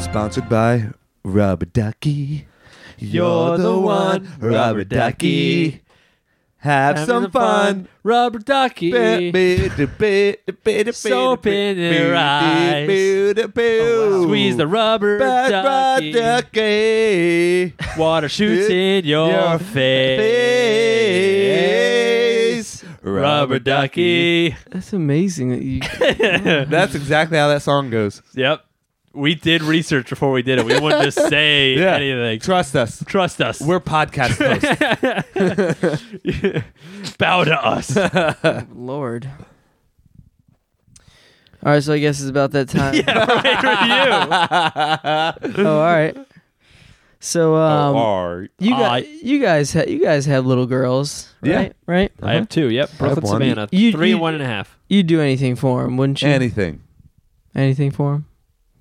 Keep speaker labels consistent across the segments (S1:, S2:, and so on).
S1: Sponsored by Rubber Ducky. You're the one, Rubber Ducky. Have
S2: Having
S1: some
S2: the
S1: fun.
S2: Rubber ducky. Soap
S1: Soap
S2: in their eyes. Oh,
S1: Oh,
S2: Squeeze the rubber ducky.
S1: ducky.
S2: Water shoots in your, face.
S1: face.
S2: Rubber ducky.
S3: That's amazing that you.
S1: That's exactly how that song goes.
S2: Yep. We did research before we did it. We wouldn't just say
S1: Yeah.
S2: anything.
S1: Trust us.
S2: Trust us.
S1: We're podcast hosts.
S2: bow to us.
S3: Lord. All right, so I guess it's about that time.
S1: Uh-huh.
S2: yeah, right,
S3: Oh, all right. So, um,
S1: Are
S3: you
S2: Oh, I-
S3: guys, you guys, ha- you guys have little girls,
S1: Yeah.
S3: right? Right.
S2: I have two. Yep.
S1: have
S2: Brooklyn
S1: one.
S2: Savannah.
S3: You-
S2: three
S3: you-
S2: and one and a half.
S3: You'd do anything for them, wouldn't you?
S1: anything.
S3: anything for them?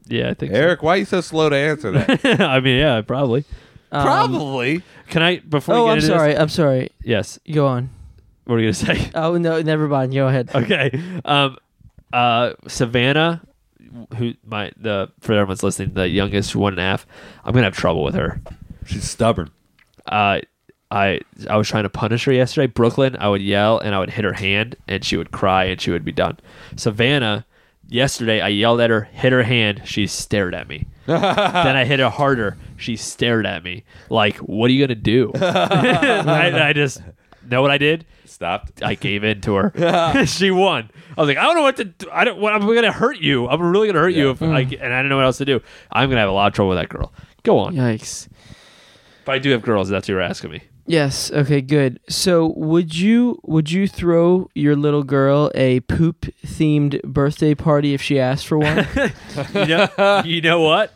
S2: Yeah, I think so.
S1: Eric, why are you so slow to answer that?
S2: I mean, yeah, probably.
S1: Um, Probably.
S2: Can I before?
S3: Um, Oh,
S2: we get
S3: I'm
S2: into
S3: sorry. I'm sorry.
S2: This, yes.
S3: Go on.
S2: What are you gonna say?
S3: Oh no, never mind. Go ahead.
S2: okay. Um, uh, Savannah, who my the for everyone's listening, the youngest one and a half. I'm gonna have trouble with her.
S1: She's stubborn.
S2: Uh, I I was trying to punish her yesterday. Brooklyn, I would yell and I would hit her hand, and she would cry and she would be done. Savannah, yesterday I yelled at her, hit her hand, she stared at me. then I hit her harder, she stared at me like, "What are you gonna do?" I, I just know what I did.
S1: Stopped.
S2: I gave in to her. she won. I was like, I don't know what to. Do. I don't. What, I'm gonna hurt you. I'm really gonna hurt you. If I, and I don't know what else to do. I'm gonna have a lot of trouble with that girl. Go on.
S3: Yikes.
S2: But I do have girls. That's what you're asking me.
S3: Yes. Okay. Good. So, would you would you throw your little girl a poop themed birthday party if she asked for one?
S2: You know. you know what?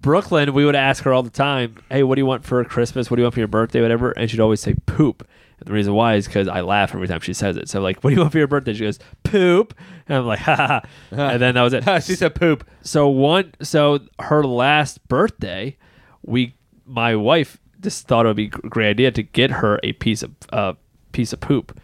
S2: Brooklyn, we would ask her all the time, "Hey, what do you want for Christmas? What do you want for your birthday? Whatever." And she'd always say poop. And the reason why is because I laugh every time she says it. So like, "What do you want for your birthday?" She goes poop, and I'm like, "Ha ha!" ha." And then that was it.
S1: she said poop.
S2: so one so her last birthday we my wife just thought it would be a great idea to get her a piece of uh, piece of poop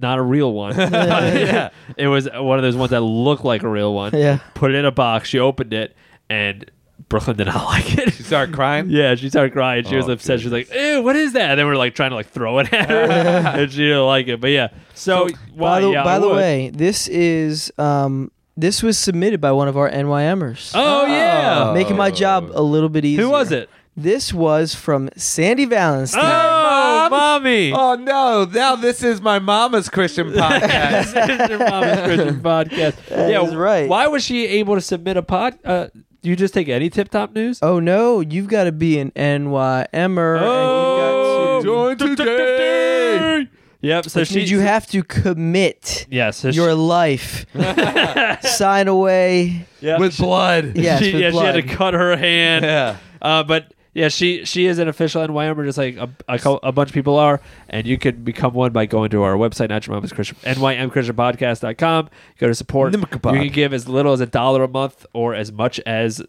S2: not a real one yeah it was one of those ones that looked like a real one
S3: Yeah.
S2: put it in a box she opened it and brooklyn did not like it
S1: She started crying.
S2: yeah, she started crying. She was
S1: Oh,
S2: upset. She was like, "Ew, what is that?" And then we are like trying to like throw it at her, and she didn't like it. But yeah, so, why-
S3: by the,
S2: yeah,
S3: by
S2: I
S3: the
S2: would.
S3: way, this is um this was submitted by one of our NYMers.
S2: oh yeah,
S3: Making my job a little bit easier.
S2: who was it?
S3: This was from Sandy Valenstein.
S2: Oh,
S1: Mom.
S2: mommy!
S1: Oh no! Now this is my mama's Christian podcast.
S2: Sister Mama's Christian podcast. yeah,
S3: is right.
S2: Why was she able to submit a pod? Uh, do you just take any tip top news?
S3: Oh no, you've got to be an NYMer. and you've got to,
S1: Oh, join today.
S2: Yep. Oh, So
S3: which
S2: she.
S3: means you have to commit
S2: Yeah. So
S3: your
S2: she,
S3: life. Sign away.
S2: yeah,
S1: with
S2: she,
S1: blood.
S3: Yes,
S2: she,
S3: with
S2: yeah, she had to
S3: blood.
S2: cut her hand.
S1: Yeah.
S2: Uh, but yeah, she she is an official NYMer, just like a, a, cou- a bunch of people are. And you can become one by going to our website, Not Your Mama's Christian, NYMChristianPodcast.com. Go to support. You
S1: Nimkabod.
S2: can give as little as a dollar a month or as much as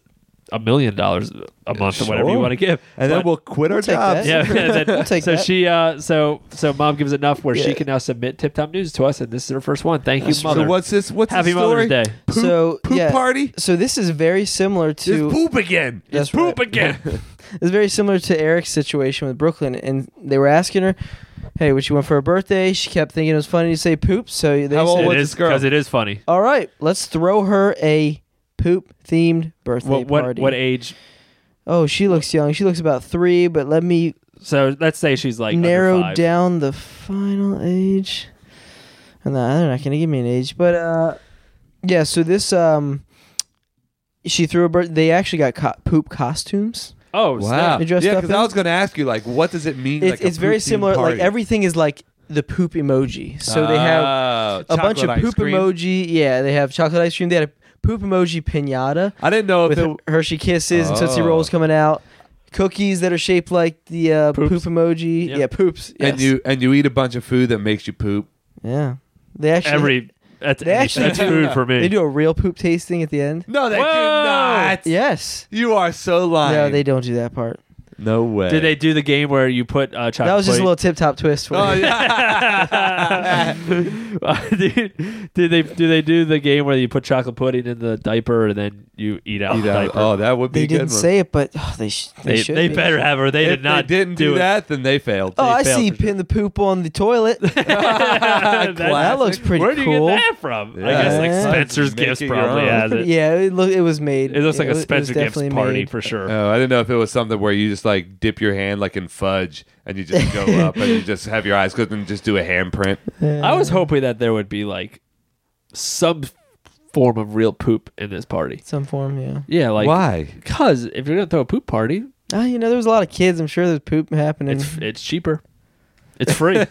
S2: a million dollars a month or whatever you
S1: Sure.
S2: want to give.
S1: And
S2: But-
S1: then we'll quit our
S3: take
S1: jobs.
S3: that.
S2: yeah, yeah, that-
S3: take
S2: so
S3: that.
S2: she uh so so mom gives enough where she
S3: Yeah.
S2: can now submit tip top news to us and this is her first one. Thank you, mother.
S1: So what's this? What's
S2: Happy
S1: the story?
S2: Mother's Day.
S1: Poop,
S3: So,
S1: poop
S3: yeah.
S1: party.
S3: So this is very similar to
S1: It's poop again.
S3: That's right.
S2: Poop again.
S3: It's very similar to Eric's situation with Brooklyn, and they were asking her, "Hey, what you want for her birthday?" She kept thinking it was funny to say poop, so they
S1: How old was
S3: said,
S2: it
S1: Oh, what's
S2: is
S1: this girl?
S2: because it is funny.
S3: "All right, let's throw her a poop-themed birthday
S2: What what
S3: party."
S2: what age?
S3: oh, she looks young. She looks about three, but let me
S2: So let's say she's like under
S3: narrow
S2: five.
S3: down the final age. And no, they're not gonna give me an age, but uh, yeah. So this um, she threw a birth. They actually got co- poop costumes.
S2: Oh
S1: Wow.
S2: snap.
S3: They dressed
S1: Yeah,
S3: up
S1: because I
S3: in-
S1: was going to ask you, like, what does it mean?
S3: It's,
S1: like, a
S3: it's very
S1: poop-themed
S3: similar. Like
S1: party?
S3: everything is like the poop emoji. So they have
S1: Oh,
S3: a bunch
S1: chocolate
S3: of
S1: ice
S3: poop
S1: cream.
S3: emoji. Yeah, they have chocolate ice cream. They had a poop emoji pinata
S1: I didn't know if
S3: with
S1: it,
S3: Hershey Kisses and Tootsie
S1: Oh.
S3: Rolls coming out. Cookies that are shaped like the uh, poop
S2: Poops.
S3: emoji.
S2: Yep.
S3: Yeah, poops.
S1: and
S3: yes.
S1: you and you eat a bunch of food that makes you poop.
S3: yeah, they actually
S2: Every that's,
S3: they actually
S2: that's
S3: do-
S2: food for me.
S3: they do a real poop tasting at the end.
S1: No, they
S2: Whoa!
S1: do not.
S3: Yes.
S1: You are so lying.
S3: No, they don't do that part.
S1: No way.
S2: Did they do the game where you put uh, chocolate?
S3: that was just a
S2: plate-
S3: little tip top twist for
S1: Oh,
S3: you.
S1: yeah.
S2: Dude, did they do they do the game where you put chocolate pudding in the diaper and then you eat out
S1: Eat
S2: the
S1: out-
S2: diaper?
S1: Oh, that would be
S3: They
S1: a good
S3: didn't
S1: one.
S3: say it, but oh, they sh- they,
S2: they
S3: should.
S2: they
S3: be.
S2: better have or they
S1: if
S2: did not
S1: they didn't do,
S2: it.
S1: that, then they failed.
S3: Oh, I
S2: failed
S3: see.
S2: for sure.
S3: Pin the poop on the toilet.
S2: That-
S1: That
S3: looks pretty
S2: Where do you
S3: cool.
S2: get that from? I
S1: Yeah.
S2: guess like
S3: Yeah.
S2: Spencer's
S1: Make
S2: Gifts
S1: it your
S2: probably
S1: own.
S2: has it.
S3: yeah, it, look, it was made.
S2: It looks like
S3: It
S2: a
S3: was- it was
S2: Spencer Gifts
S3: definitely
S2: party
S3: made.
S2: for sure.
S1: Oh, I didn't know if it was something where you just like dip your hand like in fudge and you just go up and you just have your eyes closed and just do a handprint.
S2: I was hoping that there would be like some form of real poop in this party.
S3: Some form, yeah.
S2: Yeah, like
S1: Why?
S2: Because if you're gonna throw a poop party,
S3: Ah, you know, there was a lot of kids. I'm sure there's poop happening.
S2: it's it's cheaper. It's free.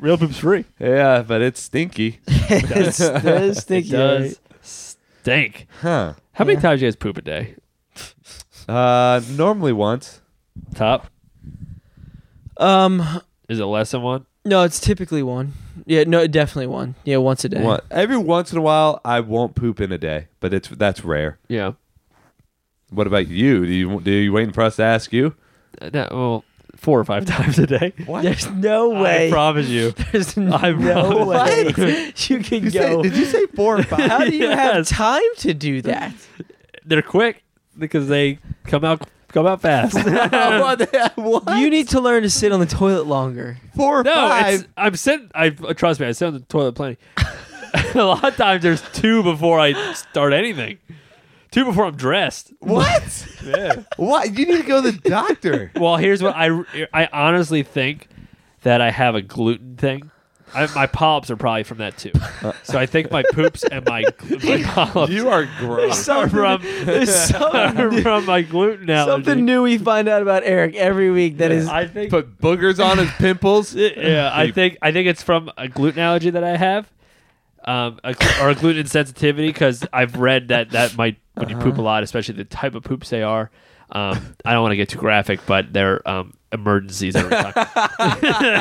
S2: real poop's free.
S1: Yeah, but it's stinky.
S3: it's, it's stinky.
S2: It does stink.
S1: Huh.
S2: How many
S3: Yeah.
S2: times do you guys poop a day?
S1: Uh, normally once.
S2: Top?
S3: Um,
S2: Is it less than one?
S3: no, it's typically one. Yeah, no, definitely one. Yeah, once a day.
S1: One, every once in a while, I won't poop in a day, but it's that's rare.
S2: Yeah.
S1: What about you? Do you do you waiting for us to ask you?
S2: Uh, No, well, four or five times a day.
S1: What?
S3: There's no
S2: I
S3: way.
S2: promise you.
S3: there's no
S2: promise.
S3: way you can
S1: You say,
S3: go.
S1: did you say four or five?
S3: How do you have
S2: Yes.
S3: time to do that?
S2: They're quick because they come out come out fast.
S1: what? the- what?
S3: You need to learn to sit on the toilet longer.
S1: four or
S2: No, it's,
S1: five?
S2: I'm sitting. I uh, trust me. I sit on the toilet plenty. a lot of times, there's two before I start anything. Two before I'm dressed.
S1: What?
S2: Yeah.
S1: what? You need to go to the doctor.
S2: Well, here's what I I honestly think that I have a gluten thing. I, my polyps are probably from that too.
S3: Uh,
S2: So I think my poops and my my polyps
S1: you are gross.
S2: are from
S3: There's something,
S2: are from my gluten allergy.
S3: something new we find out about Eric every week that is
S2: I think.
S1: Put boogers on his pimples.
S2: Uh, yeah, I think I think it's from a gluten allergy that I have, um, a, or a gluten insensitivity because I've read that that might when you poop a lot, especially the type of poops they are. Um, I don't want to get too graphic, but they're um, emergencies every time.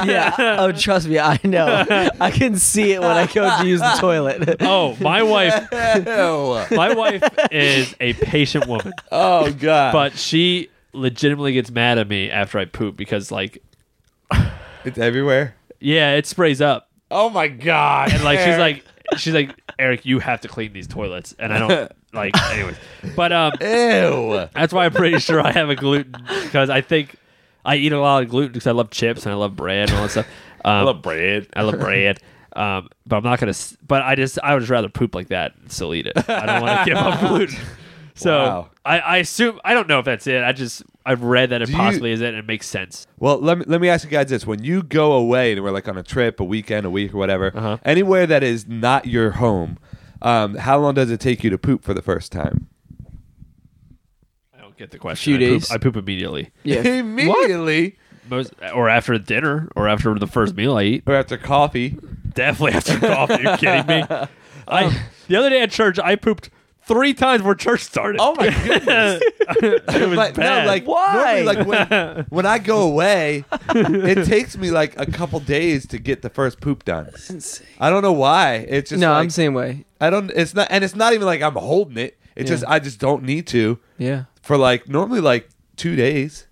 S3: yeah. Oh, trust me, I know. I can see it when I go to use the toilet.
S2: oh, my wife,
S1: Ew.
S2: my wife is a patient woman,
S1: Oh god.
S2: but she legitimately gets mad at me after I poop because like,
S1: it's everywhere.
S2: yeah, it sprays up.
S1: Oh my god.
S2: and like she's
S1: Eric.
S2: like she's like eric you have to clean these toilets and i don't like anyways but um
S1: Ew.
S2: that's why i'm pretty sure i have a gluten because i think i eat a lot of gluten because i love chips and i love bread and all that stuff um, i love bread i love bread um, but i'm not gonna s- but i just i would just rather poop like that and still eat it i don't want to give up gluten so
S1: Wow.
S2: I, I assume i don't know if that's it i just i've read that it
S1: you-
S2: possibly is it and it makes sense
S1: Well, let me let me ask you guys this: When you go away and we're like on a trip, a weekend, a week, or whatever,
S2: Uh-huh.
S1: anywhere that is not your home, um, how long does it take you to poop for the first time?
S2: i don't get the question
S3: Few
S2: I poop-
S3: days.
S2: I poop immediately
S3: Yeah.
S1: Immediately,
S2: most or after dinner or after the first meal i eat
S1: or after coffee.
S2: Definitely after coffee. You're kidding me? I the other day at church, I pooped three times before church started.
S1: Oh my goodness!
S2: it was
S1: But
S2: bad.
S1: no, like
S3: Why?
S1: normally, like when, when I go away, it takes me like a couple days to get the first poop done. I don't know why. It's just
S3: No,
S1: like,
S3: I'm the same way.
S1: I don't. It's not, and it's not even like I'm holding it. It's
S3: Yeah.
S1: just I just don't need to
S3: Yeah.
S1: for like normally like two days.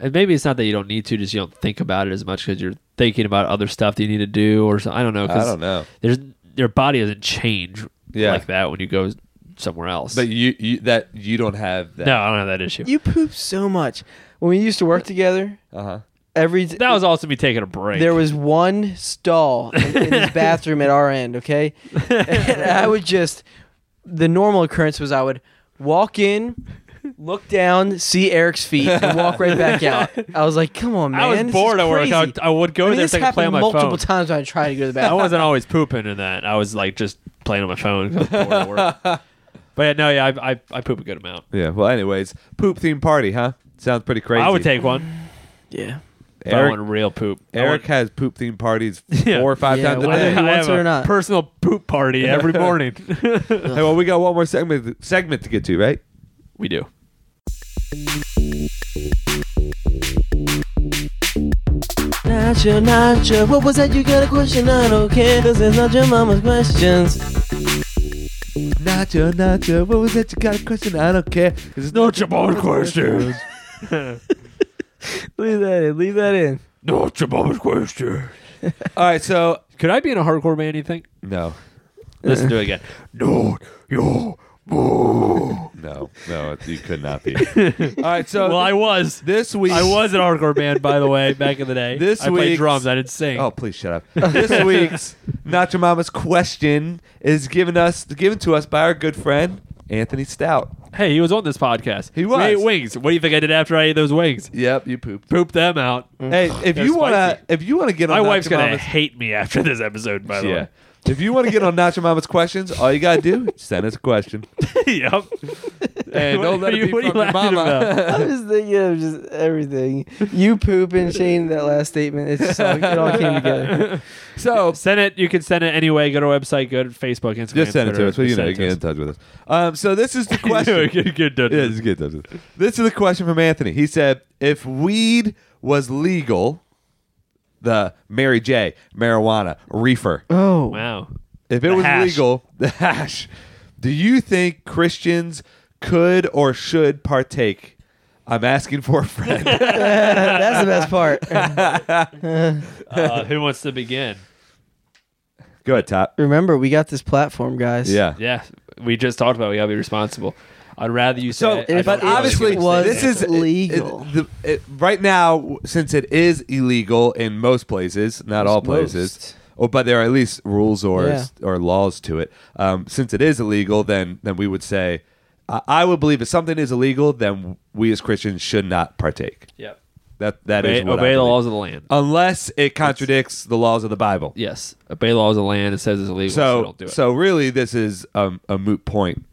S2: and maybe it's not that you don't need to, just you don't think about it as much because you're thinking about other stuff that you need to do or so, I don't know.
S1: I
S2: 'cause
S1: don't know.
S2: There's your body doesn't change
S1: Yeah.
S2: like that when you go somewhere else.
S1: But you, you that you don't have that.
S2: no, I don't have that issue.
S3: You poop so much. When we used to work together,
S1: Uh huh.
S3: every
S2: that was also me taking a break.
S3: there was one stall in, in this bathroom at our end, okay? And I would just the normal occurrence was I would walk in, look down, see Eric's feet, and walk right back out. I was like, "Come on, man!"
S2: I
S3: this
S2: was
S3: is
S2: bored at work. I
S3: crazy."
S2: would, I would go
S3: I mean,
S2: there
S3: this
S2: if I could play on
S3: happened
S2: my phone.
S3: multiple times when I tried to go to the
S2: I
S3: bathroom.
S2: wasn't always pooping in that. I was like just playing on my phone. 'cause I was bored at work. But yeah, no, yeah, I, I, I poop a good amount.
S1: Yeah. Well, anyways, poop theme party, huh? Sounds pretty crazy.
S2: I would take one.
S3: yeah.
S2: If I
S1: Eric.
S2: want real poop. I
S1: Eric
S2: want-
S1: has poop theme parties
S2: Yeah.
S1: four or five
S3: Yeah,
S1: times a
S3: why
S1: day.
S3: he wants
S2: have
S3: it or
S2: a
S3: not.
S2: Personal poop party every morning.
S1: Hey, well, we got one more segment segment to get to, right?
S2: we do.
S3: Nacho, Nacho, what was that? You got a question? I don't care. This is not your mama's questions.
S1: Nacho, Nacho, what was that? You got a question? I don't care. It's
S2: Not your own question.
S3: leave that in. Leave that in.
S2: No, it's a Bob's question.
S1: All right, so
S2: Could I be in a hardcore band? You think?
S1: no,
S2: Listen to it again. No, yo, boo.
S1: no, no, it- you could not be. All right, so
S2: Well, I was.
S1: this week
S2: I was an hardcore band, by the way, back in the day.
S1: This
S2: I played
S1: week's-
S2: drums. I didn't sing.
S1: Oh, please shut up. this week's Not Your Mama's question is given us given to us by our good friend Anthony Stout.
S2: Hey, he was on this podcast.
S1: He was.
S2: We ate wings. What do you think I did after I ate those wings?
S1: Yep, you pooped.
S2: Poop them out.
S1: Hey, if
S2: They're
S1: you wanna
S2: spicy.
S1: if you wanna get on
S2: My
S1: Not
S2: wife's
S1: Your
S2: gonna
S1: Mama's-
S2: hate me after this episode. By the
S1: yeah. If you want to get on Not Your Mama's questions, all you gotta do is send us a question.
S2: way. yep.
S1: And don't let it
S2: What are you-
S1: be
S2: what are you
S1: from your
S2: laughing
S1: mama.
S3: I was thinking of just everything. You poop and Shane. That last statement. It's just all, it all came together.
S1: so
S2: Send it. You can send it anyway. Go to our website. Go to Facebook, Instagram.
S1: just send it to
S2: Twitter.
S1: us. Well, you
S2: Just
S1: know, you get
S2: send
S1: in
S2: it to
S1: touch with us. Um, so this is the
S2: us.
S1: question.
S2: Get- get done.
S1: Yeah, just get in touch with us. This is the question from Anthony. He said, "If weed was legal, the Mary J, marijuana, reefer,
S3: Oh,
S2: Wow.
S1: if it
S2: The
S1: was
S2: hash.
S1: legal, the hash, do you think Christians could or should partake?" I'm asking for a friend.
S3: that's the best part.
S2: Uh, who wants to begin?
S1: Go ahead, top.
S3: Remember, we got this platform, guys.
S1: Yeah.
S2: Yeah, we just talked about. it. We gotta be responsible. I'd rather you
S1: So,
S2: say. it. I
S1: but
S2: don't think it's
S1: obviously,
S2: gonna stay
S3: was
S1: this
S2: there.
S1: is it-
S3: legal.
S1: it- the- it- right now, w- since it is illegal in most places, not all places,
S3: Most.
S1: oh, but there are at least rules or
S3: Yeah.
S1: or laws to it. Um, since it is illegal, then then we would say, I, I would believe if something is illegal, then we as Christians should not partake.
S2: Yep.
S1: That that is
S2: Obey,
S1: what I
S2: obey the
S1: believe.
S2: laws of the land.
S1: unless it contradicts the laws of the Bible.
S2: Yes, obey the laws of the land. It says it's illegal. So,
S1: So
S2: don't do it.
S1: so really, this is um, a moot point.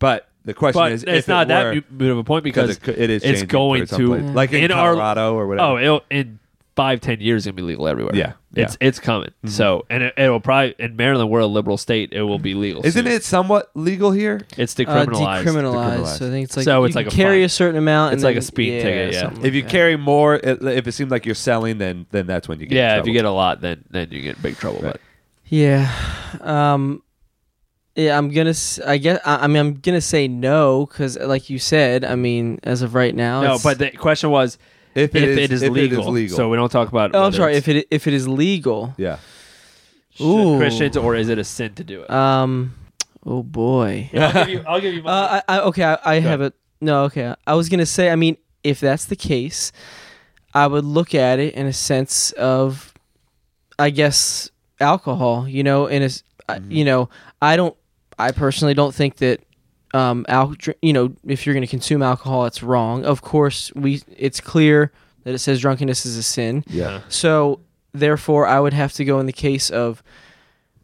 S1: But the question
S2: but
S1: is, if
S2: it's
S1: it
S2: not
S1: were-
S2: that mu- moot of a point because
S1: it could- it is
S2: it's
S1: changing
S2: going
S1: for some
S2: to
S1: places. Like in
S2: our-
S1: Colorado or whatever.
S2: Oh, it'll, in five ten years, it's gonna be legal everywhere.
S1: Yeah, Mm-hmm.
S2: it's it's coming. So and it, it'll probably in Maryland, we're a liberal state. It will be legal.
S1: Mm-hmm. Isn't
S2: soon.
S1: it somewhat legal here?
S2: It's
S3: Uh,
S2: decriminalized.
S1: Decriminalized.
S3: decriminalized. So I think it's like
S2: So
S3: you
S2: it's
S3: can
S2: like a
S3: carry
S2: fine.
S3: a certain amount.
S2: It's
S3: and
S2: like a
S3: then-
S2: speed ticket, Oh yeah.
S3: something
S1: If you
S3: like that.
S1: carry more, it, if it seems like you're selling, then then that's when you get. in
S2: yeah, if you
S1: trouble.
S2: get a lot, then then you get in big trouble.
S1: Right.
S3: Yeah. Um yeah, I'm going to I guess I, I mean I'm going to say no cuz like you said, I mean as of right now
S2: But no,
S3: it's-
S2: but the question was if, it is,
S1: if
S2: legal,
S1: it is legal.
S2: So we don't talk about.
S3: Oh, I'm
S2: whether
S3: sorry.
S2: it's
S3: If it if it is legal.
S1: yeah,
S2: sh-
S3: Ooh.
S2: Christians or is it a sin to do it?
S3: Um oh boy.
S2: Yeah, I'll give you. I'll give you my,
S3: Uh, I, I okay, I, I have
S2: ahead.
S3: it. No, okay. I was going to say I mean if that's the case, I would look at it in a sense of I guess alcohol, you know, in a s- I- you know, I don't I personally don't think that um al- dr- you know, if you're going to consume alcohol it's wrong. Of course, we it's clear that it says drunkenness is a sin.
S1: yeah.
S3: So therefore, I would have to go in the case of,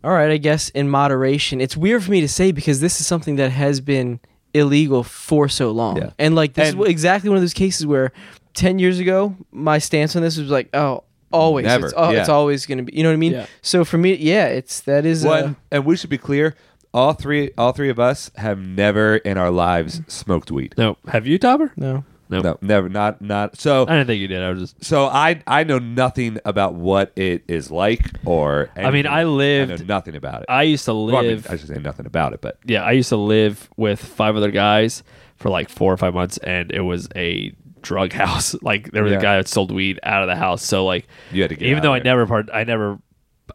S3: all right, I guess in moderation. It's weird for me to say because this is something that has been illegal for so long,
S1: Yeah.
S3: and like this
S1: And-
S3: is exactly one of those cases where ten years ago my stance on this was like, oh, always,
S1: Never,
S3: it's, oh,
S1: yeah.
S3: it's always going to be, you know what I mean?
S2: Yeah.
S3: So for me, yeah, it's that is uh,
S1: One, and we should be clear. All three, all three of us have never in our lives smoked weed.
S2: no, have you, Topper?
S3: no.
S2: No.
S1: No, never, not, not. So,
S2: I didn't think you did. I was just.
S1: so I, I know nothing about what it is like, or. Anything.
S2: I mean, I lived-
S1: I know nothing about it.
S2: I used to live.
S1: Well, I, mean, I should say nothing about it, but
S2: yeah, I used to live with five other guys for like four or five months, and it was a drug house. Like there was
S1: Yeah.
S2: a guy that sold weed out of the house. So like,
S1: You had to get
S2: even
S1: out of
S2: though I
S1: there.
S2: never part, I never,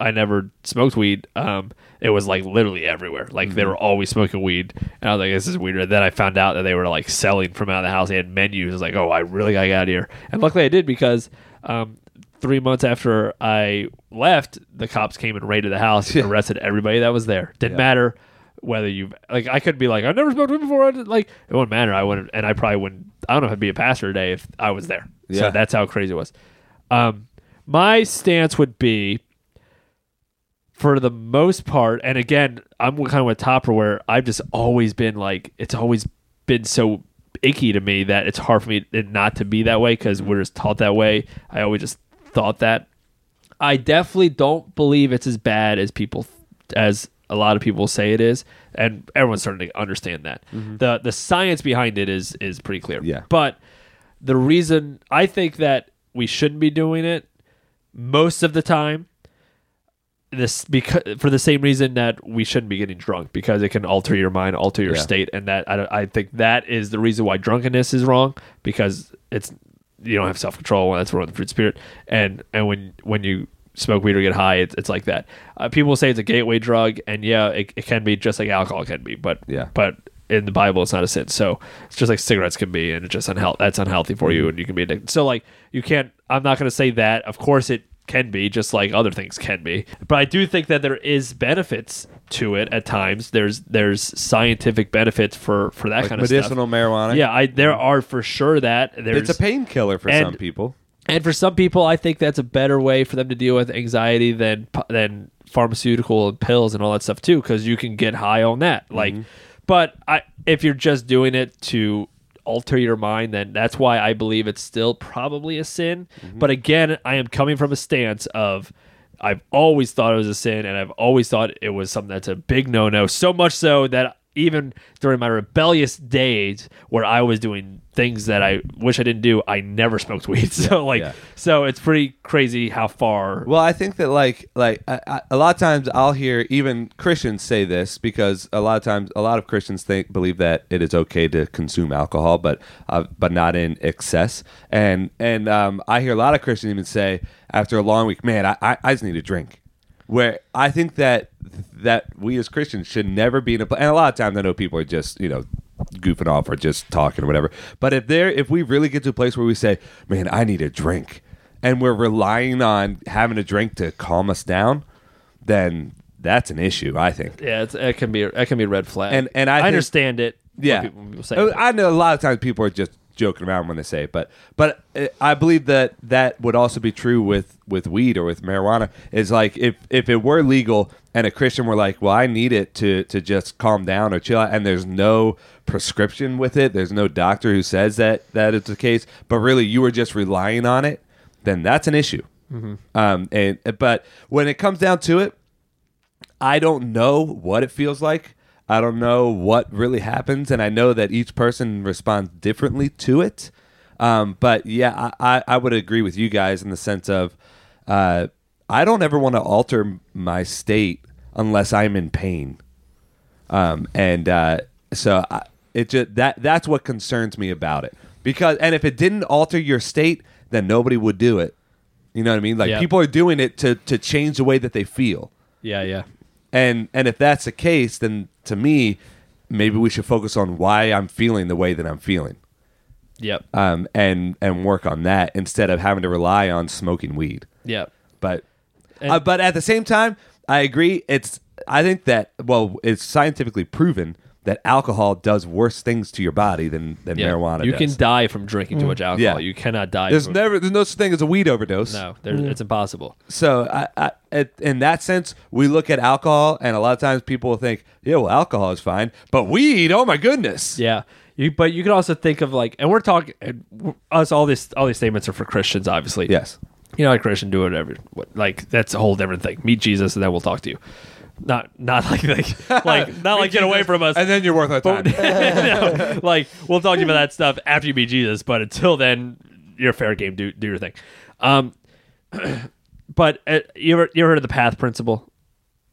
S2: I never smoked weed. Um, it was like literally everywhere. Like
S1: Mm-hmm.
S2: they were always smoking weed, and I was like, this is weird. And then I found out that they were like selling from out of the house. They had menus. I was like, oh, I really gotta get out of here. And luckily, I did because. Um, Three months after I left, the cops came and raided the house and arrested everybody that was there. Didn't
S1: Yeah.
S2: matter whether you like I could be like I've never smoked weed before I did- like it wouldn't matter I wouldn't and I probably wouldn't I don't know if I'd be a pastor today if I was there
S1: Yeah.
S2: so that's how crazy it was um my stance would be for the most part and again I'm kind of with Topper where I've just always been like it's always been so icky to me that it's hard for me to- not to be that way because we're just taught that way I always just thought that I definitely don't believe it's as bad as people as a lot of people say it is, and everyone's starting to understand that. the The science behind it is is pretty clear.
S1: Yeah.
S2: But the reason I think that we shouldn't be doing it most of the time this because for the same reason that we shouldn't be getting drunk because it can alter your mind, alter your
S1: Yeah.
S2: state, and that I, don't- I think that is the reason why drunkenness is wrong because it's you don't have self control when that's wrong with the fruit spirit. And and when when you smoke weed or get high, it's, it's like that. Uh, people say it's a gateway drug, and yeah, it, it can be just like alcohol can be, but
S1: Yeah.
S2: but in the Bible, it's not a sin. So it's just like cigarettes can be, and it's just unhealthy. That's unhealthy for
S1: Mm.
S2: you, and you can be addicted. So like you can't. I'm not going to say that. Of course, it can be just like other things can be. But I do think that there is benefits to it at times. There's there's scientific benefits for for that
S1: Like
S2: kind of stuff.
S1: medicinal marijuana. Mm.
S2: Yeah, I there are for sure that there's
S1: it's a painkiller for
S2: and-
S1: some people.
S2: and for some people, I think that's a better way for them to deal with anxiety than than pharmaceutical and pills and all that stuff too, because you can get high on that. Like, but I, if you're just doing it to alter your mind, then that's why I believe it's still probably a sin. But again, I am coming from a stance of. I've always thought it was a sin, and I've always thought it was something that's a big no-no. So much so that even during my rebellious days, where I was doing things that I wish I didn't do, I never smoked weed. So like,
S1: yeah.
S2: so it's pretty crazy how far.
S1: Well, I think that like like I, I, a lot of times I'll hear even Christians say this because a lot of times a lot of Christians think believe that it is okay to consume alcohol, but uh, but not in excess. And and um, I hear a lot of Christians even say after a long week, man, I, I, I just need a drink. Where I think that that we as Christians should never be in a place. And a lot of times I know people are just you know goofing off or just talking or whatever. But if there if we really get to a place where we say, man, I need a drink and we're relying on having a drink to calm us down, then that's an issue, I think.
S2: yeah, it's, it can be it can be a red flag.
S1: And- and I think-
S2: understand it. when
S1: Yeah, Oh,
S2: people, when people say it.
S1: I know a lot of times people are just joking around when they say it, but but uh, I believe that that would also be true with with weed or with marijuana. Is like if if it were legal and a Christian were like, well, I need it to to just calm down or chill out, and there's no prescription with it, there's no doctor who says that that it's the case, but really you were just relying on it, then that's an issue.
S2: Mm-hmm.
S1: Um, and but when it comes down to it, I don't know what it feels like. I don't know what really happens, and I know that each person responds differently to it. Um, but yeah, I, I, I would agree with you guys in the sense of uh, I don't ever want to alter my state unless I'm in pain, um, and uh, so I, it just that that's what concerns me about it. Because and if it didn't alter your state, then nobody would do it. You know what I mean? Like
S2: Yeah.
S1: people are doing it to to change the way that they feel.
S2: yeah, yeah.
S1: And and if that's the case, then to me, maybe we should focus on why I'm feeling the way that I'm feeling,
S2: Yep.
S1: um, and and work on that instead of having to rely on smoking weed.
S2: Yep.
S1: But
S2: And-
S1: uh, but at the same time, I agree. It's I think that well, it's scientifically proven that alcohol does worse things to your body than than
S2: Yeah.
S1: marijuana.
S2: You
S1: does. Mm.
S2: can die from drinking too much alcohol.
S1: Yeah.
S2: You cannot die.
S1: There's
S2: from,
S1: never there's no Mm. such thing as a weed overdose.
S2: no. There's, It's impossible.
S1: So I, I, it- in that sense, we look at alcohol, and a lot of times people will think, "Yeah, well, alcohol is fine, but weed, oh my goodness."
S2: Yeah, you, but you can also think of like, and we're talking and we're- us. All this, all these statements are for Christians, obviously.
S1: Yes.
S2: you know, a Christian do whatever. What, like that's a whole different thing. Meet Jesus, and then we'll talk to you. Not, not like, like, like not like get away from us.
S1: And then you're worth our time.
S2: No, like we'll talk to you about that stuff after you meet Jesus, but until then, you're fair game. Do do your thing. Um, but uh, you ever you ever heard of the path principle?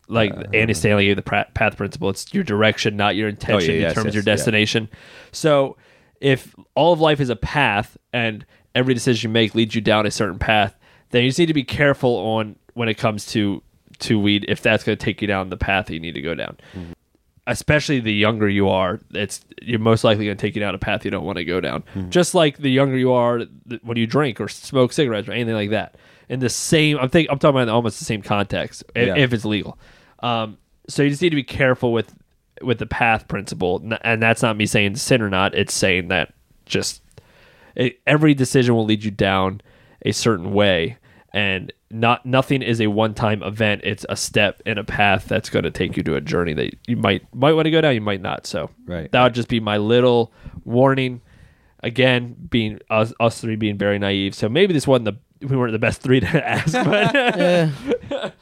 S2: Like
S1: Uh,
S2: Andy Stanley gave the pra- path principle. It's your direction, not your intention,
S1: yes,
S2: determines
S1: yes,
S2: your
S1: Oh, yeah.
S2: destination. So if all of life is a path, and every decision you make leads you down a certain path, then you just need to be careful on when it comes to to weed if that's going to take you down the path that you need to go
S1: Hmm.
S2: down especially the younger you are, it's you're most likely going to take you down a path you don't want to go down. Just like the younger you are th- when you drink or smoke cigarettes or anything like that. In the same, I'm think I'm talking about in almost the same context i- if,
S1: Yeah.
S2: it's legal. Um, so you just need to be careful with with the path principle, N- and that's not me saying sin or not. It's saying that just it, every decision will lead you down a certain way and not nothing is a one-time event it's a step and a path that's going to take you to a journey that you might might want to go down you might not so
S1: Right.
S2: that would just be my little warning again being us, us three being very naive so maybe this wasn't the we weren't the best three to ask but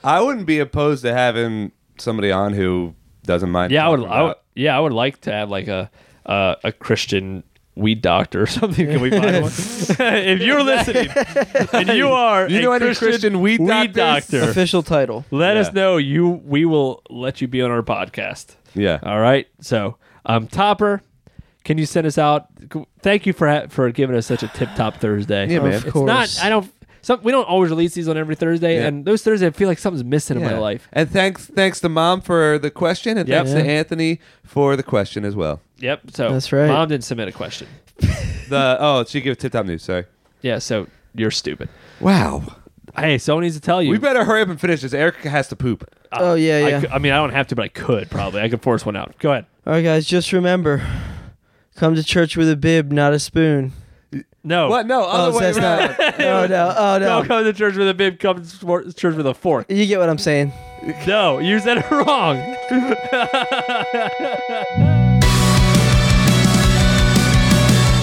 S1: I wouldn't be opposed to having somebody on who doesn't mind.
S2: yeah I would,
S1: talking
S2: I would
S1: about-
S2: yeah i would like to have like a uh, a christian weed doctor or something can we find one if you're listening and you are
S1: You
S2: a
S1: know any Christian weed doctors?
S2: doctor
S3: Official title.
S2: let
S1: Yeah.
S2: us know you we will let you be on our podcast
S1: Yeah.
S2: all right so um topper Can you send us out? Thank you for ha- for giving us such a tip top Thursday.
S1: Yeah, man.
S3: Of
S1: It's
S2: It's
S3: course.
S2: not. I don't. Some, we don't always release these on every Thursday,
S1: Yeah.
S2: and those Thursdays I feel like something's missing in my
S1: Yeah.
S2: life.
S1: And thanks, thanks to mom for the question, and
S2: Yep.
S1: thanks to
S3: Yeah.
S1: Anthony for the question as well.
S2: Yep. So
S3: That's right.
S2: Mom didn't submit a question.
S1: The oh, she gave tip top news. Sorry.
S2: Yeah. So you're stupid.
S1: Wow.
S2: Hey, someone needs to tell you.
S1: We better hurry up and finish this. Erica has to poop.
S2: I-
S3: Oh, yeah,
S2: I
S3: yeah.
S2: cou- I, mean, I don't have to, but I could probably. I could force one out. Go ahead.
S3: All right, guys, just remember come to church with a bib, not a spoon.
S2: No.
S1: What? No, other
S2: Oh,
S3: so
S1: way
S3: that's not-
S1: around.
S3: Oh, no. Oh,
S2: Don't
S3: no.
S2: come to church with a bib. Come to for- church with a fork.
S3: You get what I'm saying.
S2: No, you said it wrong.